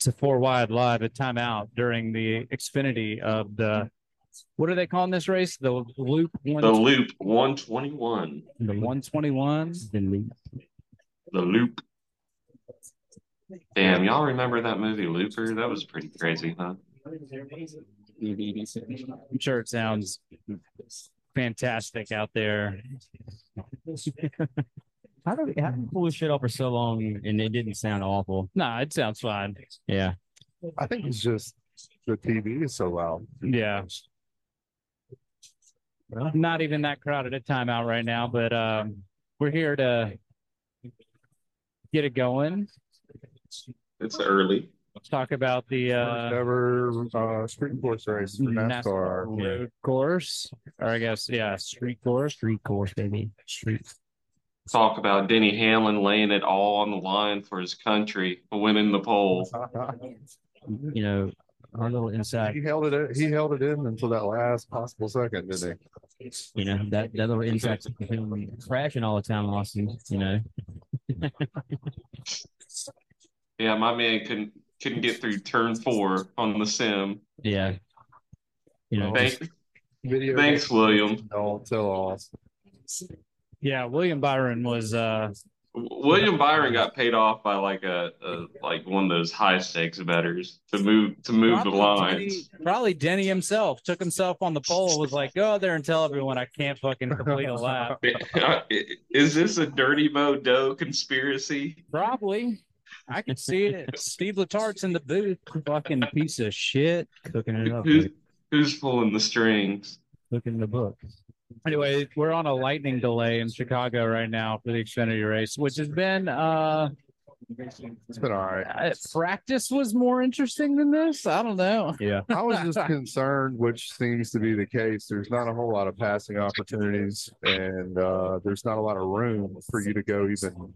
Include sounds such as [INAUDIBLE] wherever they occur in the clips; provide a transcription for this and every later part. to four wide live at timeout during the Xfinity of the what are they calling this race? The loop one The loop 121. the 121. The loop. Damn, y'all remember that movie Looper? That was pretty crazy, huh? I'm sure it sounds fantastic out there. How do we how do we pull this shit off for so long and it didn't sound awful? Nah, it sounds fine. Yeah. I think it's just the TV is so loud. Yeah. Not even that crowded at timeout right now, but um, we're here to get it going. It's early. Let's talk about the uh, First ever uh, street course race for NASCAR. NASCAR road course, or I guess yeah, street course. Street course, baby. Street. Talk about Denny Hamlin laying it all on the line for his country, winning the poll. You know, our little inside he held it. He held it in until that last possible second, didn't you know, that, that little inside him crashing all the time, Austin, you know. Yeah, my man couldn't couldn't get through turn four on the sim. Yeah. You Oh. know, Thank, he? Video thanks, William. Don't tell us. Yeah, William Byron was uh, William Byron got paid off by like a, a like one of those high stakes betters to move to move the probably lines. Denny- probably Denny himself took himself on the pole. Was like, go out there and tell everyone I can't fucking complete a lap. [LAUGHS] Is this a dirty Mo Doe conspiracy? [LAUGHS] Probably. I can see it. Steve Letart's in the booth, fucking piece of shit. cooking it up, Who's baby. who's pulling the strings? cooking the book. Anyway, we're on a lightning delay in Chicago right now for the Xfinity race, which has been uh, It's been all right. uh, practice was more interesting than this. I don't know. Yeah. I was just concerned, which seems to be the case. There's not a whole lot of passing opportunities, and uh, there's not a lot of room for you to go even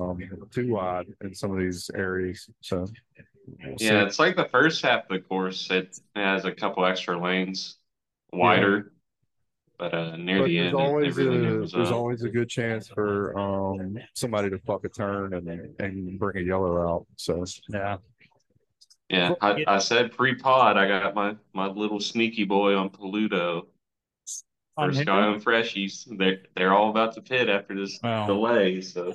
um, too wide in some of these areas. So, Yeah, it's like the first half of the course. It has a couple extra lanes wider, but uh, near but the there's end, always it really a opens there's up. always a good chance for um, somebody to fuck a turn and and bring a yellow out. So Yeah. yeah, I, I said pre pod. I got my my little sneaky boy on Paluto. On First Hindu? guy on freshies. They're they're all about to pit after this Wow. delay. So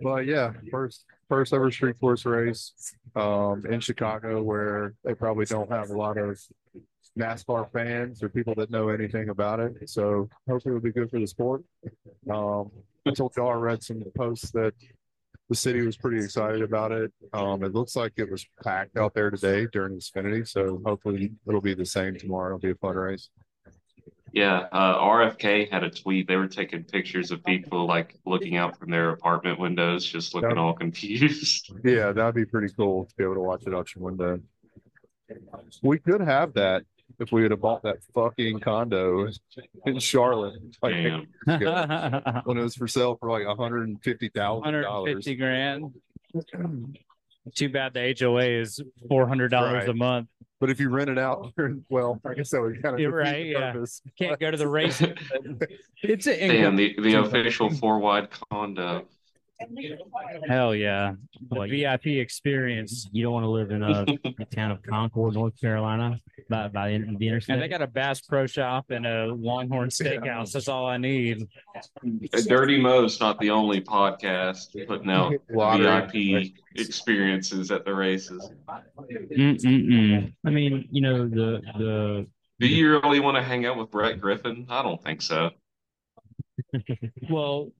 Well, yeah, first first ever street course race um, in Chicago, where they probably don't have a lot of NASCAR fans or people that know anything about it. So hopefully it'll be good for the sport. Um, I told y'all I read some posts that the city was pretty excited about it. Um, it looks like it was packed out there today during Xfinity, so hopefully it'll be the same tomorrow. It'll be a fun race. yeah, uh, RFK had a tweet. They were taking pictures of people like looking out from their apartment windows, just looking all confused. Yeah, that'd be pretty cool to be able to watch it out your window. We could have that if we would have bought that fucking condo in Charlotte like eight Damn. years ago, [LAUGHS] when it was for sale for like one hundred and fifty thousand dollars. 150 grand. Too bad the HOA is $400 a Right. month. But if you rent it out, [LAUGHS] you're- well, I guess that would kind of You're right, yeah. Can't go to the race. [LAUGHS] It's an Damn, income. the, the official four wide condo. Hell yeah. The Like- VIP experience. You don't want to live [LAUGHS] in uh, the town of Concord, North Carolina, by, by the, the And they interstate. got a Bass Pro Shop and a Longhorn Steakhouse. That's all I need. Dirty Mo's not the only podcast putting out VIP experiences at the races. Mm-mm-mm. I mean, you know, the the Do you really want to hang out with Brett Griffin? I don't think so. Well,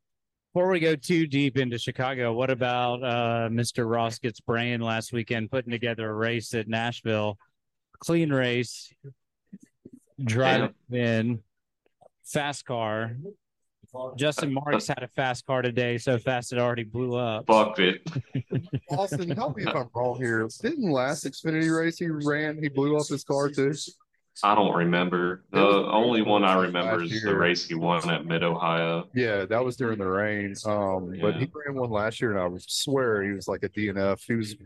before we go too deep into Chicago, what about uh, Mr. Ross gets brain last weekend putting together a race at Nashville? Clean race, drive in, fast car. Justin Marks had a fast car today, so fast it already blew up. Fuck it. Austin, help me if I'm wrong here. Didn't last Xfinity race he ran, he blew off his car too. I don't remember. The only one I remember is the race he won at Mid Ohio. Yeah, that was during the rain. Um, but Yeah. he ran one last year, and I would swear he was like a DNF. He was,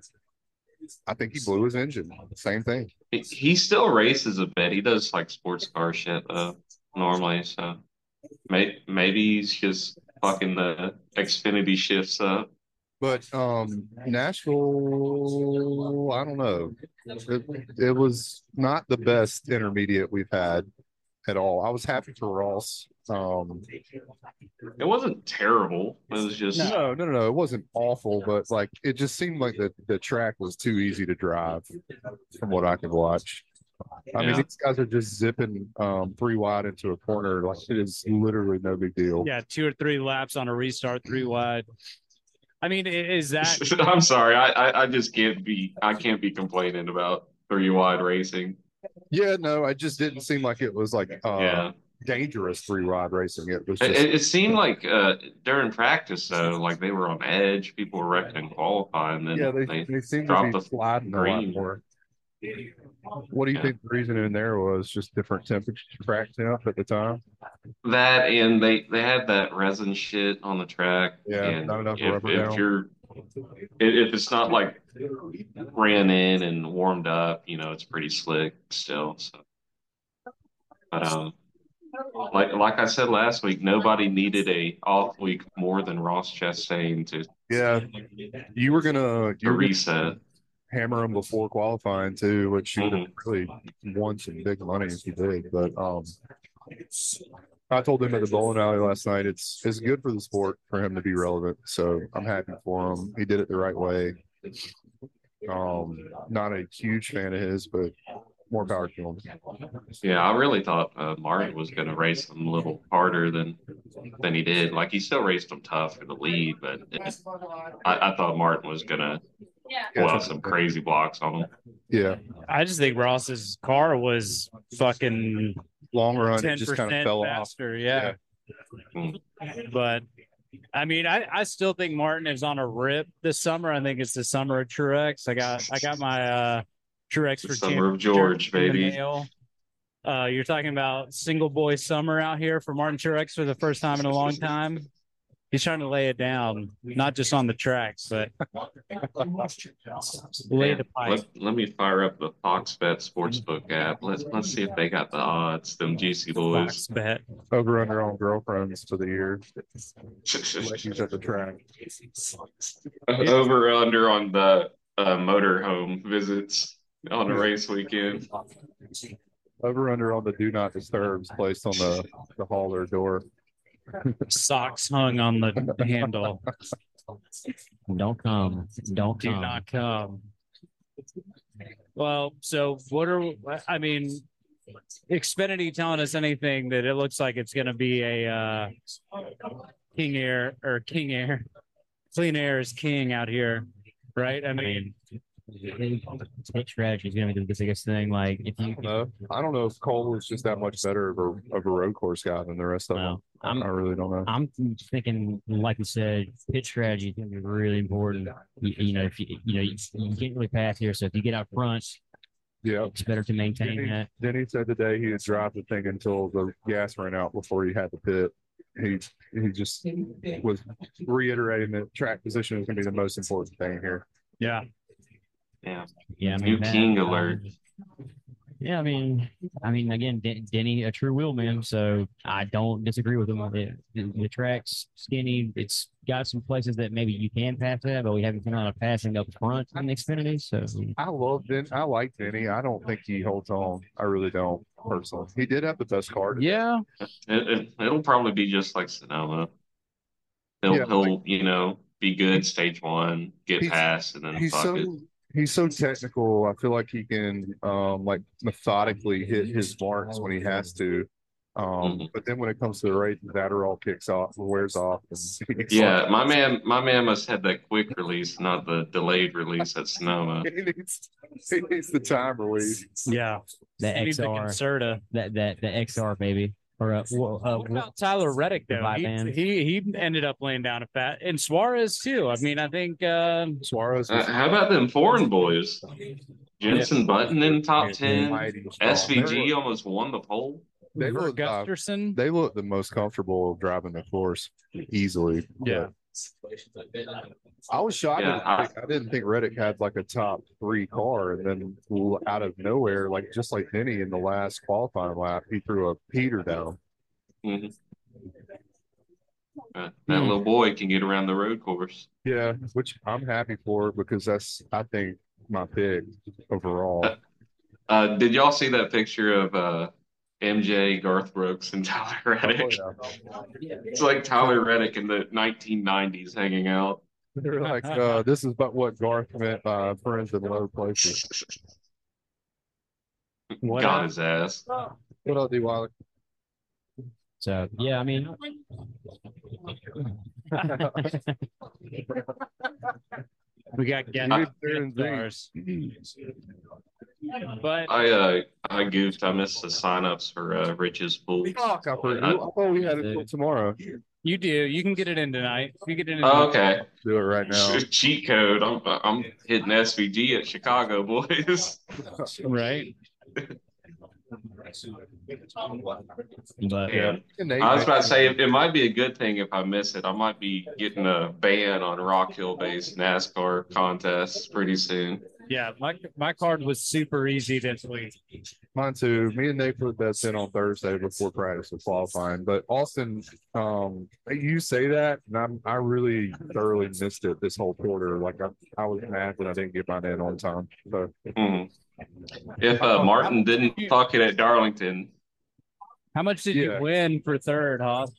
I think he blew his engine. Same thing. He, he still races a bit. He does like sports car shit though normally. So maybe maybe he's just fucking the Xfinity shifts up. But um, Nashville, I don't know. It, it was not the best intermediate we've had at all. I was happy for Ross. Um, It wasn't terrible. It was just no, no, no, no. It wasn't awful, but like it just seemed like the, the track was too easy to drive from what I could watch. I mean, Yeah. these guys are just zipping um, three wide into a corner. Like it is literally no big deal. Yeah, two or three laps on a restart, three wide. I mean, i- is that [LAUGHS] I'm sorry. I, I I just can't be I can't be complaining about three wide racing. Yeah, no, I just didn't seem like it was like uh, yeah. dangerous three rod racing. It was It, just it, it seemed like uh, during practice [LAUGHS] though, like they were on edge. People were wrecking and qualifying. Then yeah, they, they, they seem drop to be the sliding a lot green. more. What do you Yeah. think the reason in there was? Just different temperature track temp at the time. that and they they had that resin shit on the track. Yeah, and not enough if, rubber if down. you're if, if it's not like ran in and warmed up, you know, it's pretty slick still. So, but um, like like I said last week, nobody needed a off week more than Ross Chastain to, [LAUGHS] Yeah, you were gonna you to were gonna reset. hammer them before qualifying too, which you would have Mhm. really won some big money if you did. But um, I told him at the bowling alley last night, it's it's good for the sport for him to be relevant. So I'm happy for him. He did it the right way. Um, not a huge fan of his, but more power to him. Yeah, I really thought uh, Martin was going to race him a little harder than than he did. Like he still raced him tough for the lead, but it, I, I thought Martin was going to pull out some crazy blocks on him. Yeah, I just think Ross's car was fucking long run, it ten just kind of percent fell off. faster. Yeah. Mm. But I mean, I, I still think Martin is on a rip this summer. I think it's the summer of Truex. I got I got my uh Truex for The summer of George, in the baby. mail. Uh, you're talking about single boy summer out here for Martin Truex for the first time in a long time. He's trying to lay it down, not just on the tracks, but lay the pipe. Let, let me fire up the Fox Bet Sportsbook app. Let's let's see if they got the odds. Them juicy Fox boys. bet. Over under on girlfriends for the year. O- [LAUGHS] Ladies at the track. Over under on the uh, motorhome visits on a race weekend. Over under on the do not disturbs placed on the the hauler door. Socks hung on the handle. Don't come. Don't Do come. not come. Well, so what are I mean? Xfinity telling us anything that it looks like it's going to be a uh, King Air or King Air, clean air is king out here, right? I I mean, mean, pit strategy is going to be the biggest thing. Like, if I you, don't know. I don't know if Cole is just that much better of a, of a road course guy than the rest of them. well, I'm I really don't know. I'm thinking, like you said, pit strategy is going to be really important. You, you know, if you, you know, you, you can't really pass here, so if you get out front, Yeah. it's better to maintain that. Then he said today he would drive the thing until the gas ran out before he had to pit. He he just was reiterating that track position is going to be the most important thing here. yeah. Yeah, I mean, New that- king alert. Yeah, I mean, I mean, again, Den- Denny, a true wheelman, so I don't disagree with him. It, the, the track's skinny. It's got some places that maybe you can pass that, but we haven't seen a lot of passing up front in Xfinity. So I love Den. I like Denny. I don't think he holds on. I really don't personally. He did have the best card. Yeah. It, it, will probably be just like Sonoma. He'll Yeah, he'll you know be good stage one, get He's- past, and then He's fuck it. so he's so technical. I feel like he can um like methodically hit his marks when he has to. Um, Mhm. but then when it comes to the race, that all kicks off, wears off. and [LAUGHS] he's like- Yeah, my man, my man must have that quick release, not the delayed release at [LAUGHS] Sonoma. [LAUGHS] he needs, he needs the time release. Yeah. That He needs a XR. Concerta. that that the XR baby or uh, well, uh, What about Tyler Reddick the though? Vibe He, band. he he ended up laying down a fat and Suarez too. I mean, I think uh, Suarez Uh, was how about them foreign boys? Jensen Button in top Uh, ten. mighty strong. SVG almost won the pole. They were, Drew they, were, uh, Gusterson. they look the most comfortable driving the course easily. Yeah. I was shocked. Yeah, I, didn't think- I didn't think Reddick had like a top three car, and then l- out of nowhere, like just like Denny in the last qualifying lap, he threw a Peter down. Mhm. Uh, that Hmm. little boy can get around the road course. Yeah, which I'm happy for because that's I think my pick overall. Uh, did y'all see that picture of uh, MJ, Garth Brooks, and [LAUGHS] Tyler Reddick? Oh, yeah. It's like Tyler Reddick in the 1990s hanging out. They were like, uh, this is about what Garth meant by friends in low places. What Got his ass. What I'll do while So yeah, I mean, we got Uh, Gandhi stars. But I uh, I goofed. I missed the signups for uh, Rich's pool. fuck, I forgot. I thought we had it till tomorrow. you do. You can get it in tonight. You get it in. Oh, okay. Do it [LAUGHS] right now. [LAUGHS] Cheat code. I'm I'm hitting SVG at Chicago, boys. Right. but uh, Yeah. I was about to say it, it might be a good thing if I miss it. I might be getting a ban on Rock Hill based NASCAR contests pretty soon. Yeah. My my card was super easy this week. Mine too. Me and Nate put that in on Thursday before practice was qualifying. But Austin, um, you say that, and I'm, I really thoroughly missed it this whole quarter. Like I, I was mad that I didn't get mine in on time. So Hmm. If uh, Martin didn't fuck it at Darlington, How much did Yeah. you win for third, Hoss?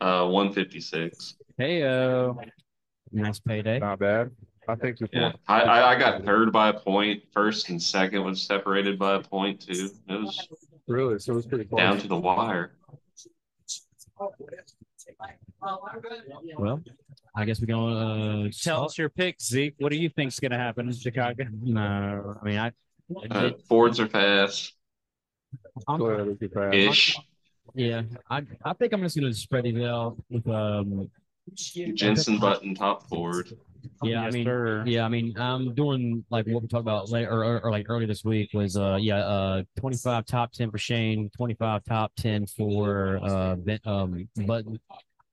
uh, 156. Hey, oh. nice payday. not bad. I think the Yeah, I, I I got third by a point. First and second was separated by a point too. It was really so it was pretty close. down to the wire. Well, I guess we can uh, Tell us your pick, Zeke. What do you think's going to happen in Chicago? No, I mean I. Uh, Fords are fast Go ahead, I'm, we can pass. ish. yeah, I I think I'm just gonna spread it out with um. Jensen Button top Ford. Yeah, I Yes, mean, sir. Yeah, I mean, I'm doing like what we talked about later or, or, or, like earlier this week was uh yeah uh 25 top 10 for Shane, 25 top 10 for uh ben, um Button,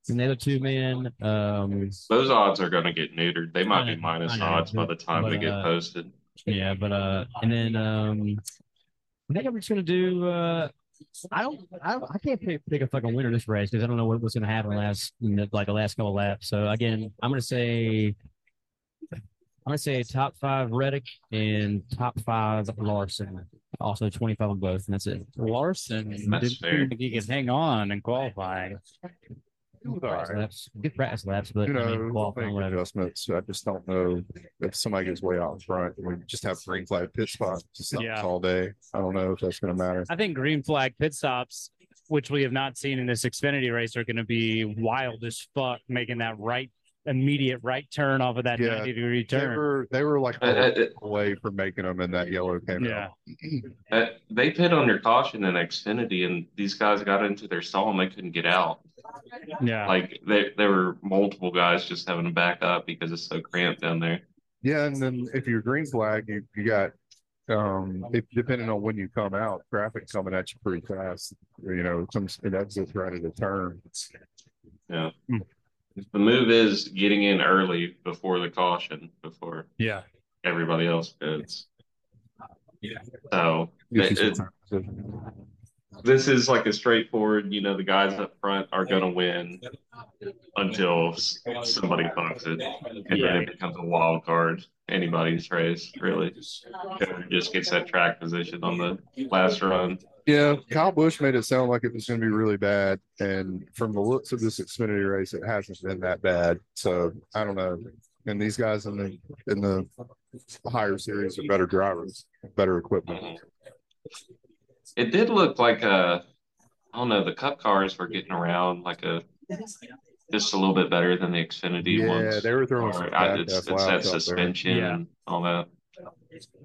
and the other two man um Those odds are going to get neutered. They might be I know, minus I know, odds by but- the time they but, get uh, posted. yeah but uh and then um I think I'm just gonna do uh I don't I, don't- I can't pick, pick a fucking winner this race because I don't know what, what's gonna happen last in the- like the last couple laps so again I'm gonna say. I'm gonna say top five Reddick and top five Larson. Also twenty five on both, and that's it. Larson That's didn't fair. seem like he could hang on and qualify. It was Good practice all right. laps. Good practice laps, but You I know, mean, we'll qualifying, make whatever. adjustments. I just don't know if somebody gets way out in front and we just have green flag pit spots stops Yeah. all day. I don't know if that's going to matter. I think green flag pit stops, which we have not seen in this Xfinity race, are going to be wild as fuck, making that right immediate right turn off of that Yeah. 90 degree They turn. were they were like Uh, uh, uh, away from making them, and that yellow came Yeah. out. uh, they pit under caution in Xfinity, and these guys got into their stall and they couldn't get out. Yeah. Like there, there were multiple guys just having to back up because it's so cramped down there. Yeah, and then if you're green flag, you you got um if depending on when you come out, traffic coming at you pretty fast. You know, it comes it exits right at the turn. The move is getting in early before the caution, before yeah. everybody else goes. So it- it- this is like a straightforward, you know, the guys up front are going to win until s- somebody funks it. And then Yeah. it becomes a wild card, anybody's race, really. Whoever just gets that track position on the last run. Yeah, Kyle Bush made it sound like it was going to be really bad, and from the looks of this Xfinity race, it hasn't been that bad. So uh, I don't know. And these guys in the in the higher series are better drivers, better equipment. It did look like a, I don't know, the cup cars were getting around like a just a little bit better than the Xfinity Yeah, ones. they were throwing some Or, I, fat it's, ass it's that laps out there. suspension Yeah. and all that,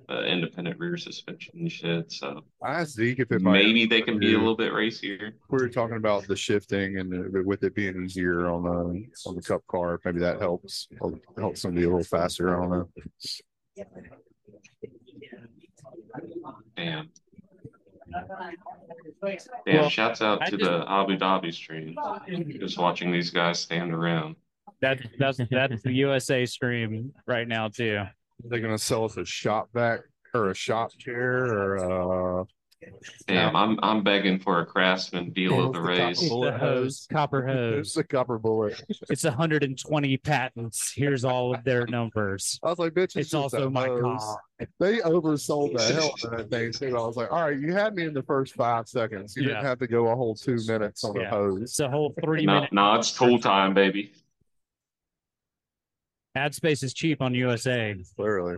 the independent rear suspension and shit. So I asked Zeke if it might. maybe they can be a Yeah. little bit racier. We were talking about the shifting and the- with it being easier on the on the cup car. Maybe that helps helps them be a little faster. I don't know. Damn. Damn, Well, shouts out I to just- the Abu Dhabi stream. Just watching these guys stand around. That, that's that's the USA stream right now too. They're gonna sell us a shop back or a shop chair or uh Damn, I'm I'm begging for a Craftsman deal of the race. It's the hose, copper It's hose. the copper bullet. It's 120 patents. Here's all of their numbers. I was like, bitch, it's, It's just a also my hose. car. They oversold [LAUGHS] the hell out of that thing too. I was like, all right, you had me in the first five seconds. You didn't Yeah. have to go a whole two minutes on the Yeah. hose. It's a whole three No, minute no, it's tool time, baby. ad space is cheap on USA. Clearly,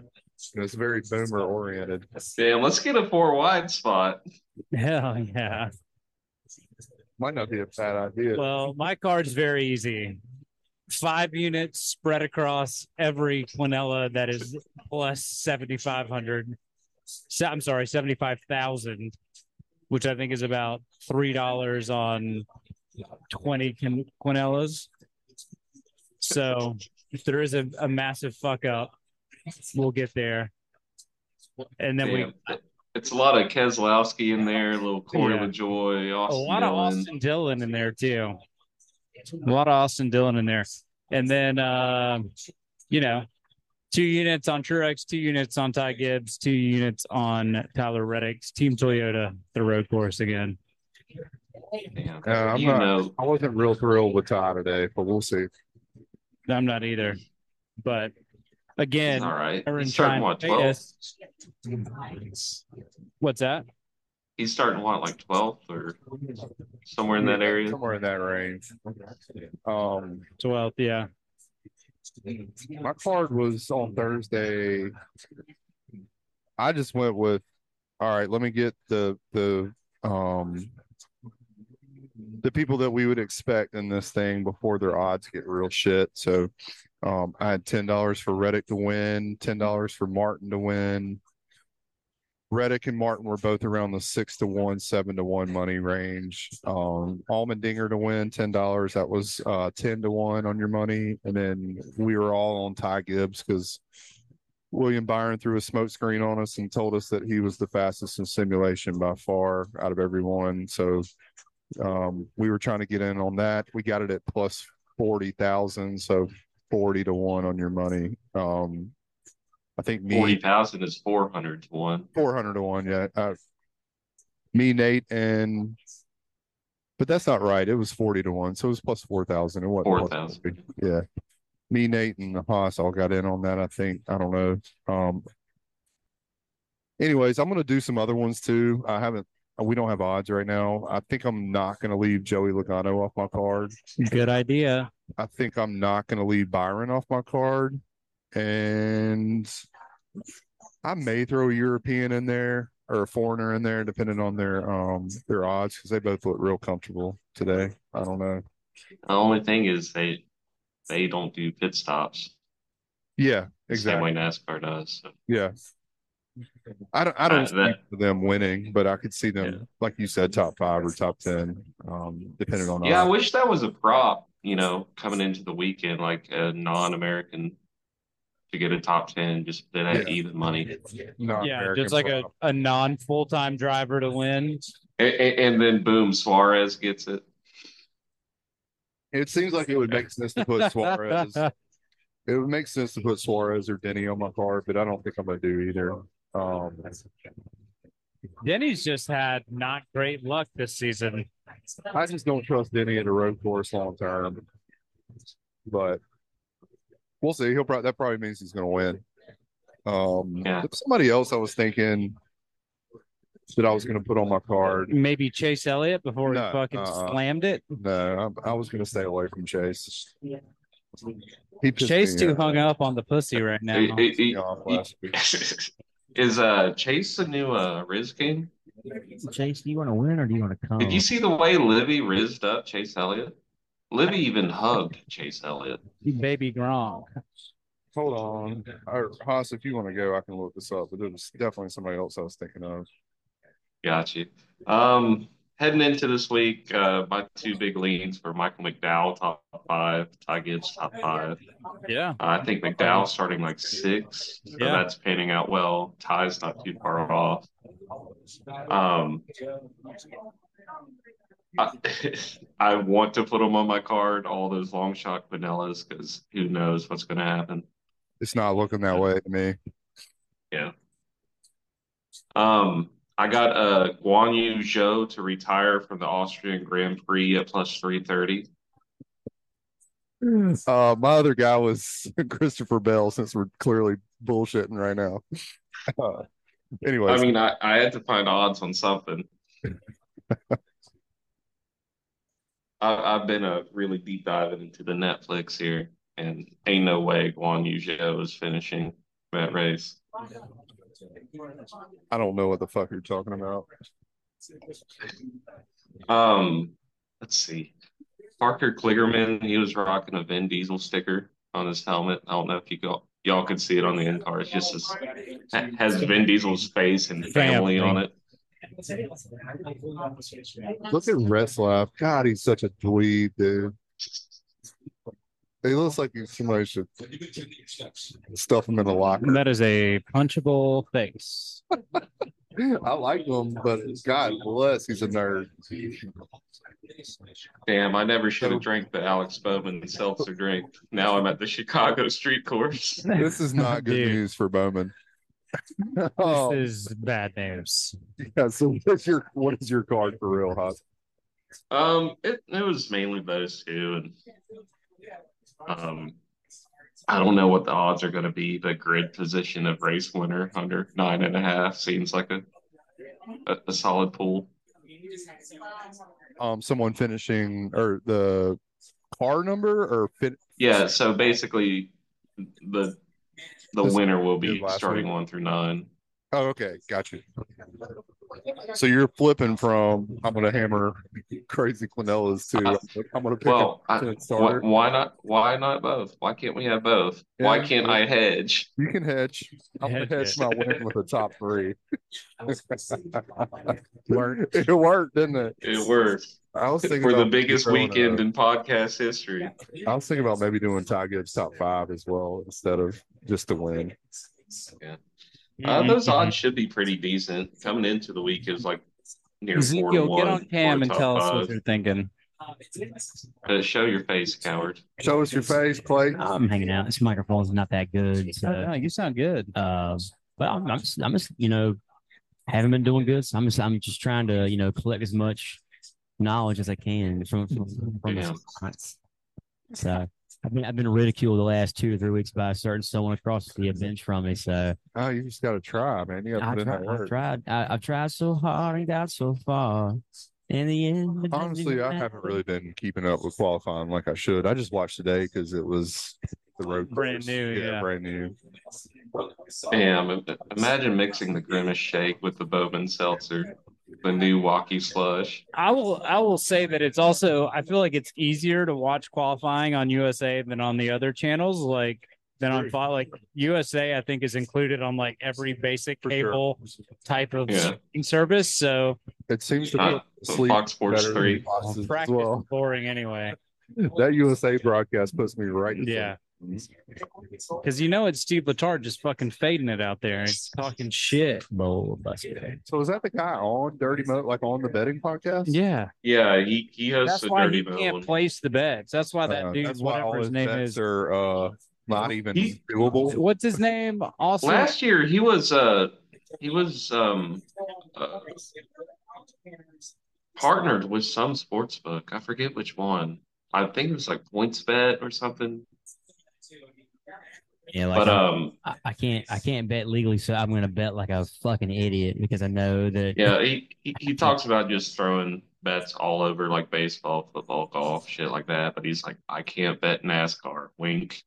And it's very boomer oriented. Damn, let's get a four wide spot. [LAUGHS] Hell yeah. Might not be a bad idea. Well, my card's very easy. Five units spread across every Quinella that is plus 7,500. Se- I'm sorry, 75,000, which I think is about $3 on 20 Quin- Quinellas. So if there is a, a massive fuck up, we'll get there. And then we Damn. It's a lot of Keselowski in there, a little Corey Yeah. LaJoy, a Austin. lot of Dillon. Austin Dillon in there too. A lot of Austin Dillon in there, and then um, you know, two units on Truex, two units on Ty Gibbs, two units on Tyler Reddick's Team Toyota, the road course again. Damn. Uh, I'm you not- know, I wasn't real thrilled with Ty today, but we'll see. I'm not either, but it's again, all right. we're in He's starting China. what twelve? Yes. what's that? He's starting what like twelfth or somewhere in that area. somewhere in that range. Um, 12th, yeah. my card was on Thursday. I just went with, all right, let me get the the um the people that we would expect in this thing before their odds get real shit. So um I had ten dollars for Reddick to win, ten dollars for Martin to win. Reddick and Martin were both around the six to one, seven to one money range. Um, Almondinger to win ten dollars. That was uh, ten to one on your money, and then we were all on Ty Gibbs because William Byron threw a smoke screen on us and told us that he was the fastest in simulation by far out of everyone. So um, we were trying to get in on that. We got it at plus forty thousand, so forty to one on your money. Um, I think me Forty thousand is four hundred to one. four hundred to one. Yeah, uh, me, Nate, and but that's not right. It was forty to one, so it was plus four thousand. It wasn't Four plus thousand. 40. Yeah, me, Nate, and Haas all got in on that. I think I don't know. Um. Anyways, I'm gonna do some other ones too. I haven't. We don't have odds right now. I think I'm not gonna leave Joey Logano off my card. Good idea. I think I'm not going to leave Byron off my card, and I may throw a European in there or a foreigner in there, depending on their um their odds, because they both look real comfortable today. I don't know. The only thing is they they don't do pit stops. Yeah, the Same exactly. way NASCAR does. So. Yeah, I don't. I Uh, don't see that- them winning, but I could see them, Yeah. like you said, top five or top ten, um, depending on. Yeah, I odds. wish that was a prop, you know, coming into the weekend, like a non American to get a top 10, just that had Yeah. even money. Not Yeah, American just like a, prop. a non full time driver to win. And, and then, boom, Suarez gets it. It seems like it would make sense to put [LAUGHS] Suarez It would make sense to put Suarez or Denny on my card, but I don't think I'm gonna do either. Um, Denny's just had not great luck this season. I just don't trust Denny at a road course long term. But we'll see. He'll probably that probably means he's gonna win. Um, Yeah. somebody else I was thinking that I was gonna put on my card. Maybe Chase Elliott before No, he fucking uh-uh. slammed it. No, I, I was gonna stay away from Chase. He pissed Chase me too off- hung up on the pussy right now. Eh, eh, me eh, off last week. [LAUGHS] Is uh, Chase the new uh, Riz King? Chase, do you want to win or do you want to come? Did you see the way Livy rizzed up Chase Elliott? Livy even hugged Chase Elliott. Baby Gronk. Hold on. Or Haas, if you want to go, I can look this up. But there was definitely somebody else I was thinking of. Got you. Um, heading into this week, uh, my two big leans were Michael McDowell, top five, Ty Gibbs, top five. Yeah. I think McDowell starting like six, so Yeah. that's panning out well. Ty's not too far off. Um, I, [LAUGHS] I want to put them on my card, all those long shot vanillas, because who knows what's going to happen. It's not looking that way to me. Um, I got uh, Guan Yu Zhou to retire from the Austrian Grand Prix at plus 330. Uh, my other guy was [LAUGHS] Christopher Bell, since we're clearly bullshitting right now. [LAUGHS] Uh, anyways, I mean, I, I had to find odds on something. I, I've been a really deep diving into the Netflix here, and ain't no way Guan Yu Zhou is finishing that race. I don't know what the fuck you're talking about. Um, let's see. Parker Kligerman, he was rocking a Vin Diesel sticker on his helmet. I don't know if you go, y'all could see it on the end card. It's just this, ha- has Vin Diesel's face and family on it. Look at Reslav. God, he's such a dweeb, dude. He looks like he's somebody should stuff him in a locker. That is a punchable face. I like him, but God bless, he's a nerd. Damn, I never should have drank the Alex Bowman seltzer drink. Now I'm at the Chicago street course. This is not good Dude. news for Bowman. [LAUGHS] oh, This is bad news. yeah, so what's your what is your card for real, Hot? Um, it, it was mainly those two, and um, I don't know what the odds are going to be. The grid position of race winner under nine and a half seems like a a, a solid pool. Um, someone finishing or the car number or fin- Yeah, so basically, the the This- winner will be did last starting week. one through nine. Oh, okay, got you. So you're flipping from I'm gonna hammer crazy Quinella's to I'm gonna pick up Well, I, Lieutenant why, Starter. why not? Why not both? Why can't we have both? Why Yeah. can't I hedge? you can hedge. I'm gonna Hedge hedge my win with the top three. Worked. [LAUGHS] It worked, didn't it? It works I was thinking for the about biggest throwing weekend a- in podcast history. Uh, I was thinking about maybe doing Ty Gibbs top five as well instead of just the win. Uh, Mm-hmm. Mm-hmm. those odds should be pretty decent. Coming into the week, it was like near four to Ezekiel, one. get on cam for and top tell us what five. you're thinking. Uh, show your face, coward. Show us your face, Clay. I'm hanging out. This microphone's not that good. So, No, you sound good. uh, but I'm, I'm just, I'm just, you know, haven't been doing good. So I'm just, I'm just trying to, you know, collect as much knowledge as I can from from, from this Yeah. conference. So I've been, I've been ridiculed the last two or three weeks by a certain someone across the bench from me. So Oh, you just gotta try, man. You gotta I put in try, that I've work. tried, I, I've tried so hard and got so far. In the end, it doesn't Honestly, I haven't matter. really been keeping up with qualifying like I should. I just watched today because it was the road [LAUGHS] Brand course. new, yeah. brand new. Damn! im- Imagine mixing the grimace shake with the Bowman seltzer, the new walkie slush. I will I will say that it's also I feel like it's easier to watch qualifying on USA than on the other channels like than on Fox. like USA I think is included on like every basic For sure. cable type of Yeah. streaming service so It seems to Uh, be sleep Fox Sports better than Three. Fox's as practice well. is boring [LAUGHS] anyway That USA broadcast puts me right. to sleep. yeah because you know it's Steve Letard just fucking fading it out there and he's talking shit Bowl of busted. So is that the guy on Dirty Mo, like on the betting podcast? yeah Yeah, he he hosts that's a why he dirty bone. can't place the bets that's why that Uh, dude that's why all whatever his his name bets is are uh, not even He- doable. what's his name also Last year, he was uh he was um uh, partnered with some sports book. I forget which one. I think it was like PointsBet or something. Yeah, like But I- um, I, I can't I can't bet legally, so I'm gonna bet like a fucking idiot because I know that Yeah, he, he he talks about just throwing bets all over like baseball, football, golf, shit like that. But he's like, I can't bet NASCAR. Wink.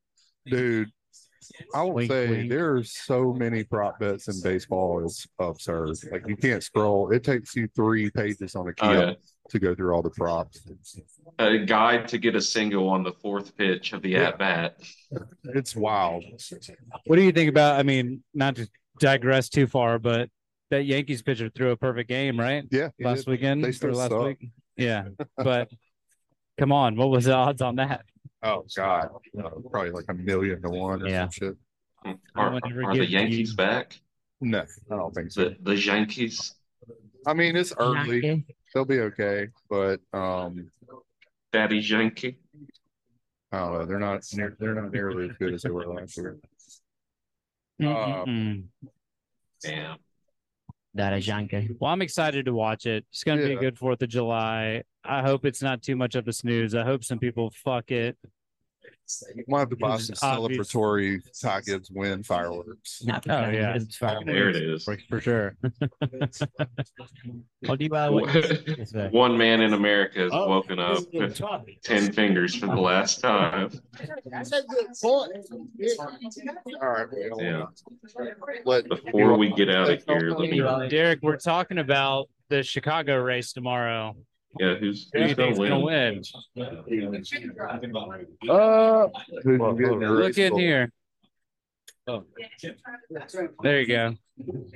Dude, I will Wink, say wink. there are so many prop bets in baseball. It's absurd. Like you can't scroll. It takes you three pages on a key Oh, yeah. to go through all the props. A guide to get a single on the fourth pitch of the Yeah. at bat. It's wild. What do you think about? I mean, not to digress too far, but that Yankees pitcher threw a perfect game, right? Yeah. Last weekend They or still last suck. week. [LAUGHS] Yeah, but come on, what was the odds on that? Oh God, No, probably like a million to one or Yeah. some shit. I Are, would never are the give you- Yankees back? No, I don't think so. The the Yankees. I mean, it's early. They'll be okay, but um, Daddy Yankee. I don't know. They're not. They're, they're not nearly as good as they Uh, were last year. Mm-hmm. Mm-mm-mm. Damn. Darajanka. Well, I'm excited to watch it. It's going to be a Yeah. good 4th of July. I hope it's not too much of a snooze. I hope some people fuck it. We'll have to buy some It's obvious. celebratory Ty Gibbs win fireworks. Not Oh, yeah. It's fine. There it is. For, for sure. Oh, do you buy what? Yes, sir. One man in America has Oh, woken up with ten fingers for the last time. [LAUGHS] All right. we don't Yeah. wanna Let, Before we get out of here, let me know. Derek, we're talking about the Chicago race tomorrow. Yeah, who's Who do who's you think's gonna going to win? win? uh, who's Well, getting look. a Look race in here. There you go. goal?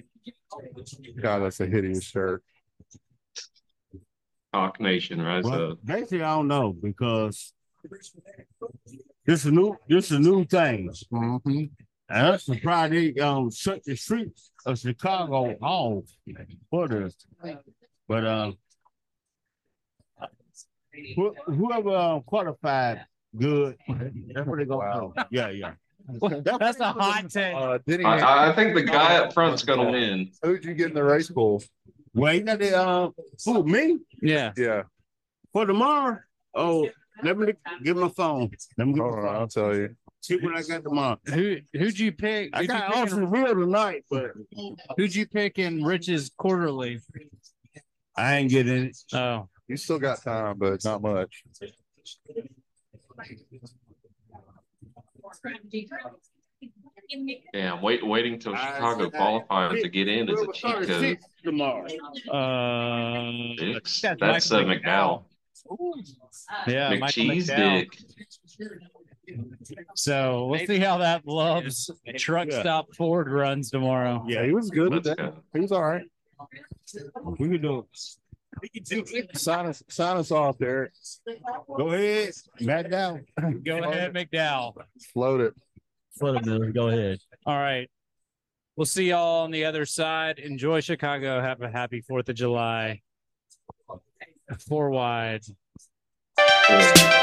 God, that's a hideous shirt. Hawk Nation, rise Well, up. basically, I don't know because this is new. This is new things. Mhm. And that's the Friday. Um, shut the streets of Chicago off for this. But um, wh- whoever um, qualified good, that's what they gonna Wow. [LAUGHS] do. Yeah, yeah. That's a hot take. Uh, Denny, I- I, I think the guy up front's gonna win. who'd you get in the race pool? Well, you got the um, for me Yeah. Yeah. for tomorrow. Oh, let me get my phone. Let me get my Hold on, phone. I'll tell you. See what I got tomorrow. Who who'd you pick? I Who'd you got pick, in, Austin Hill tonight, but who'd you pick in Rich's quarterly? I ain't getting it. Oh, You still got time, but not much. Damn, wait, waiting till Chicago qualifies to get in is a cheat code. tomorrow. uh, Dicks. That's uh, McDowell. yeah, Michael McCheese McDowell. Dick. So we'll see how that Love's truck Yeah. stop Ford runs tomorrow. Yeah, he was good. Let's go. He was all right. We can do it. Sign us, sign us off, Derek. Go ahead. Back down. Go ahead, McDowell. Float it. Let him know. Go ahead. All right. We'll see y'all on the other side. Enjoy Chicago. Have a happy 4th of July. Four wide. Cool.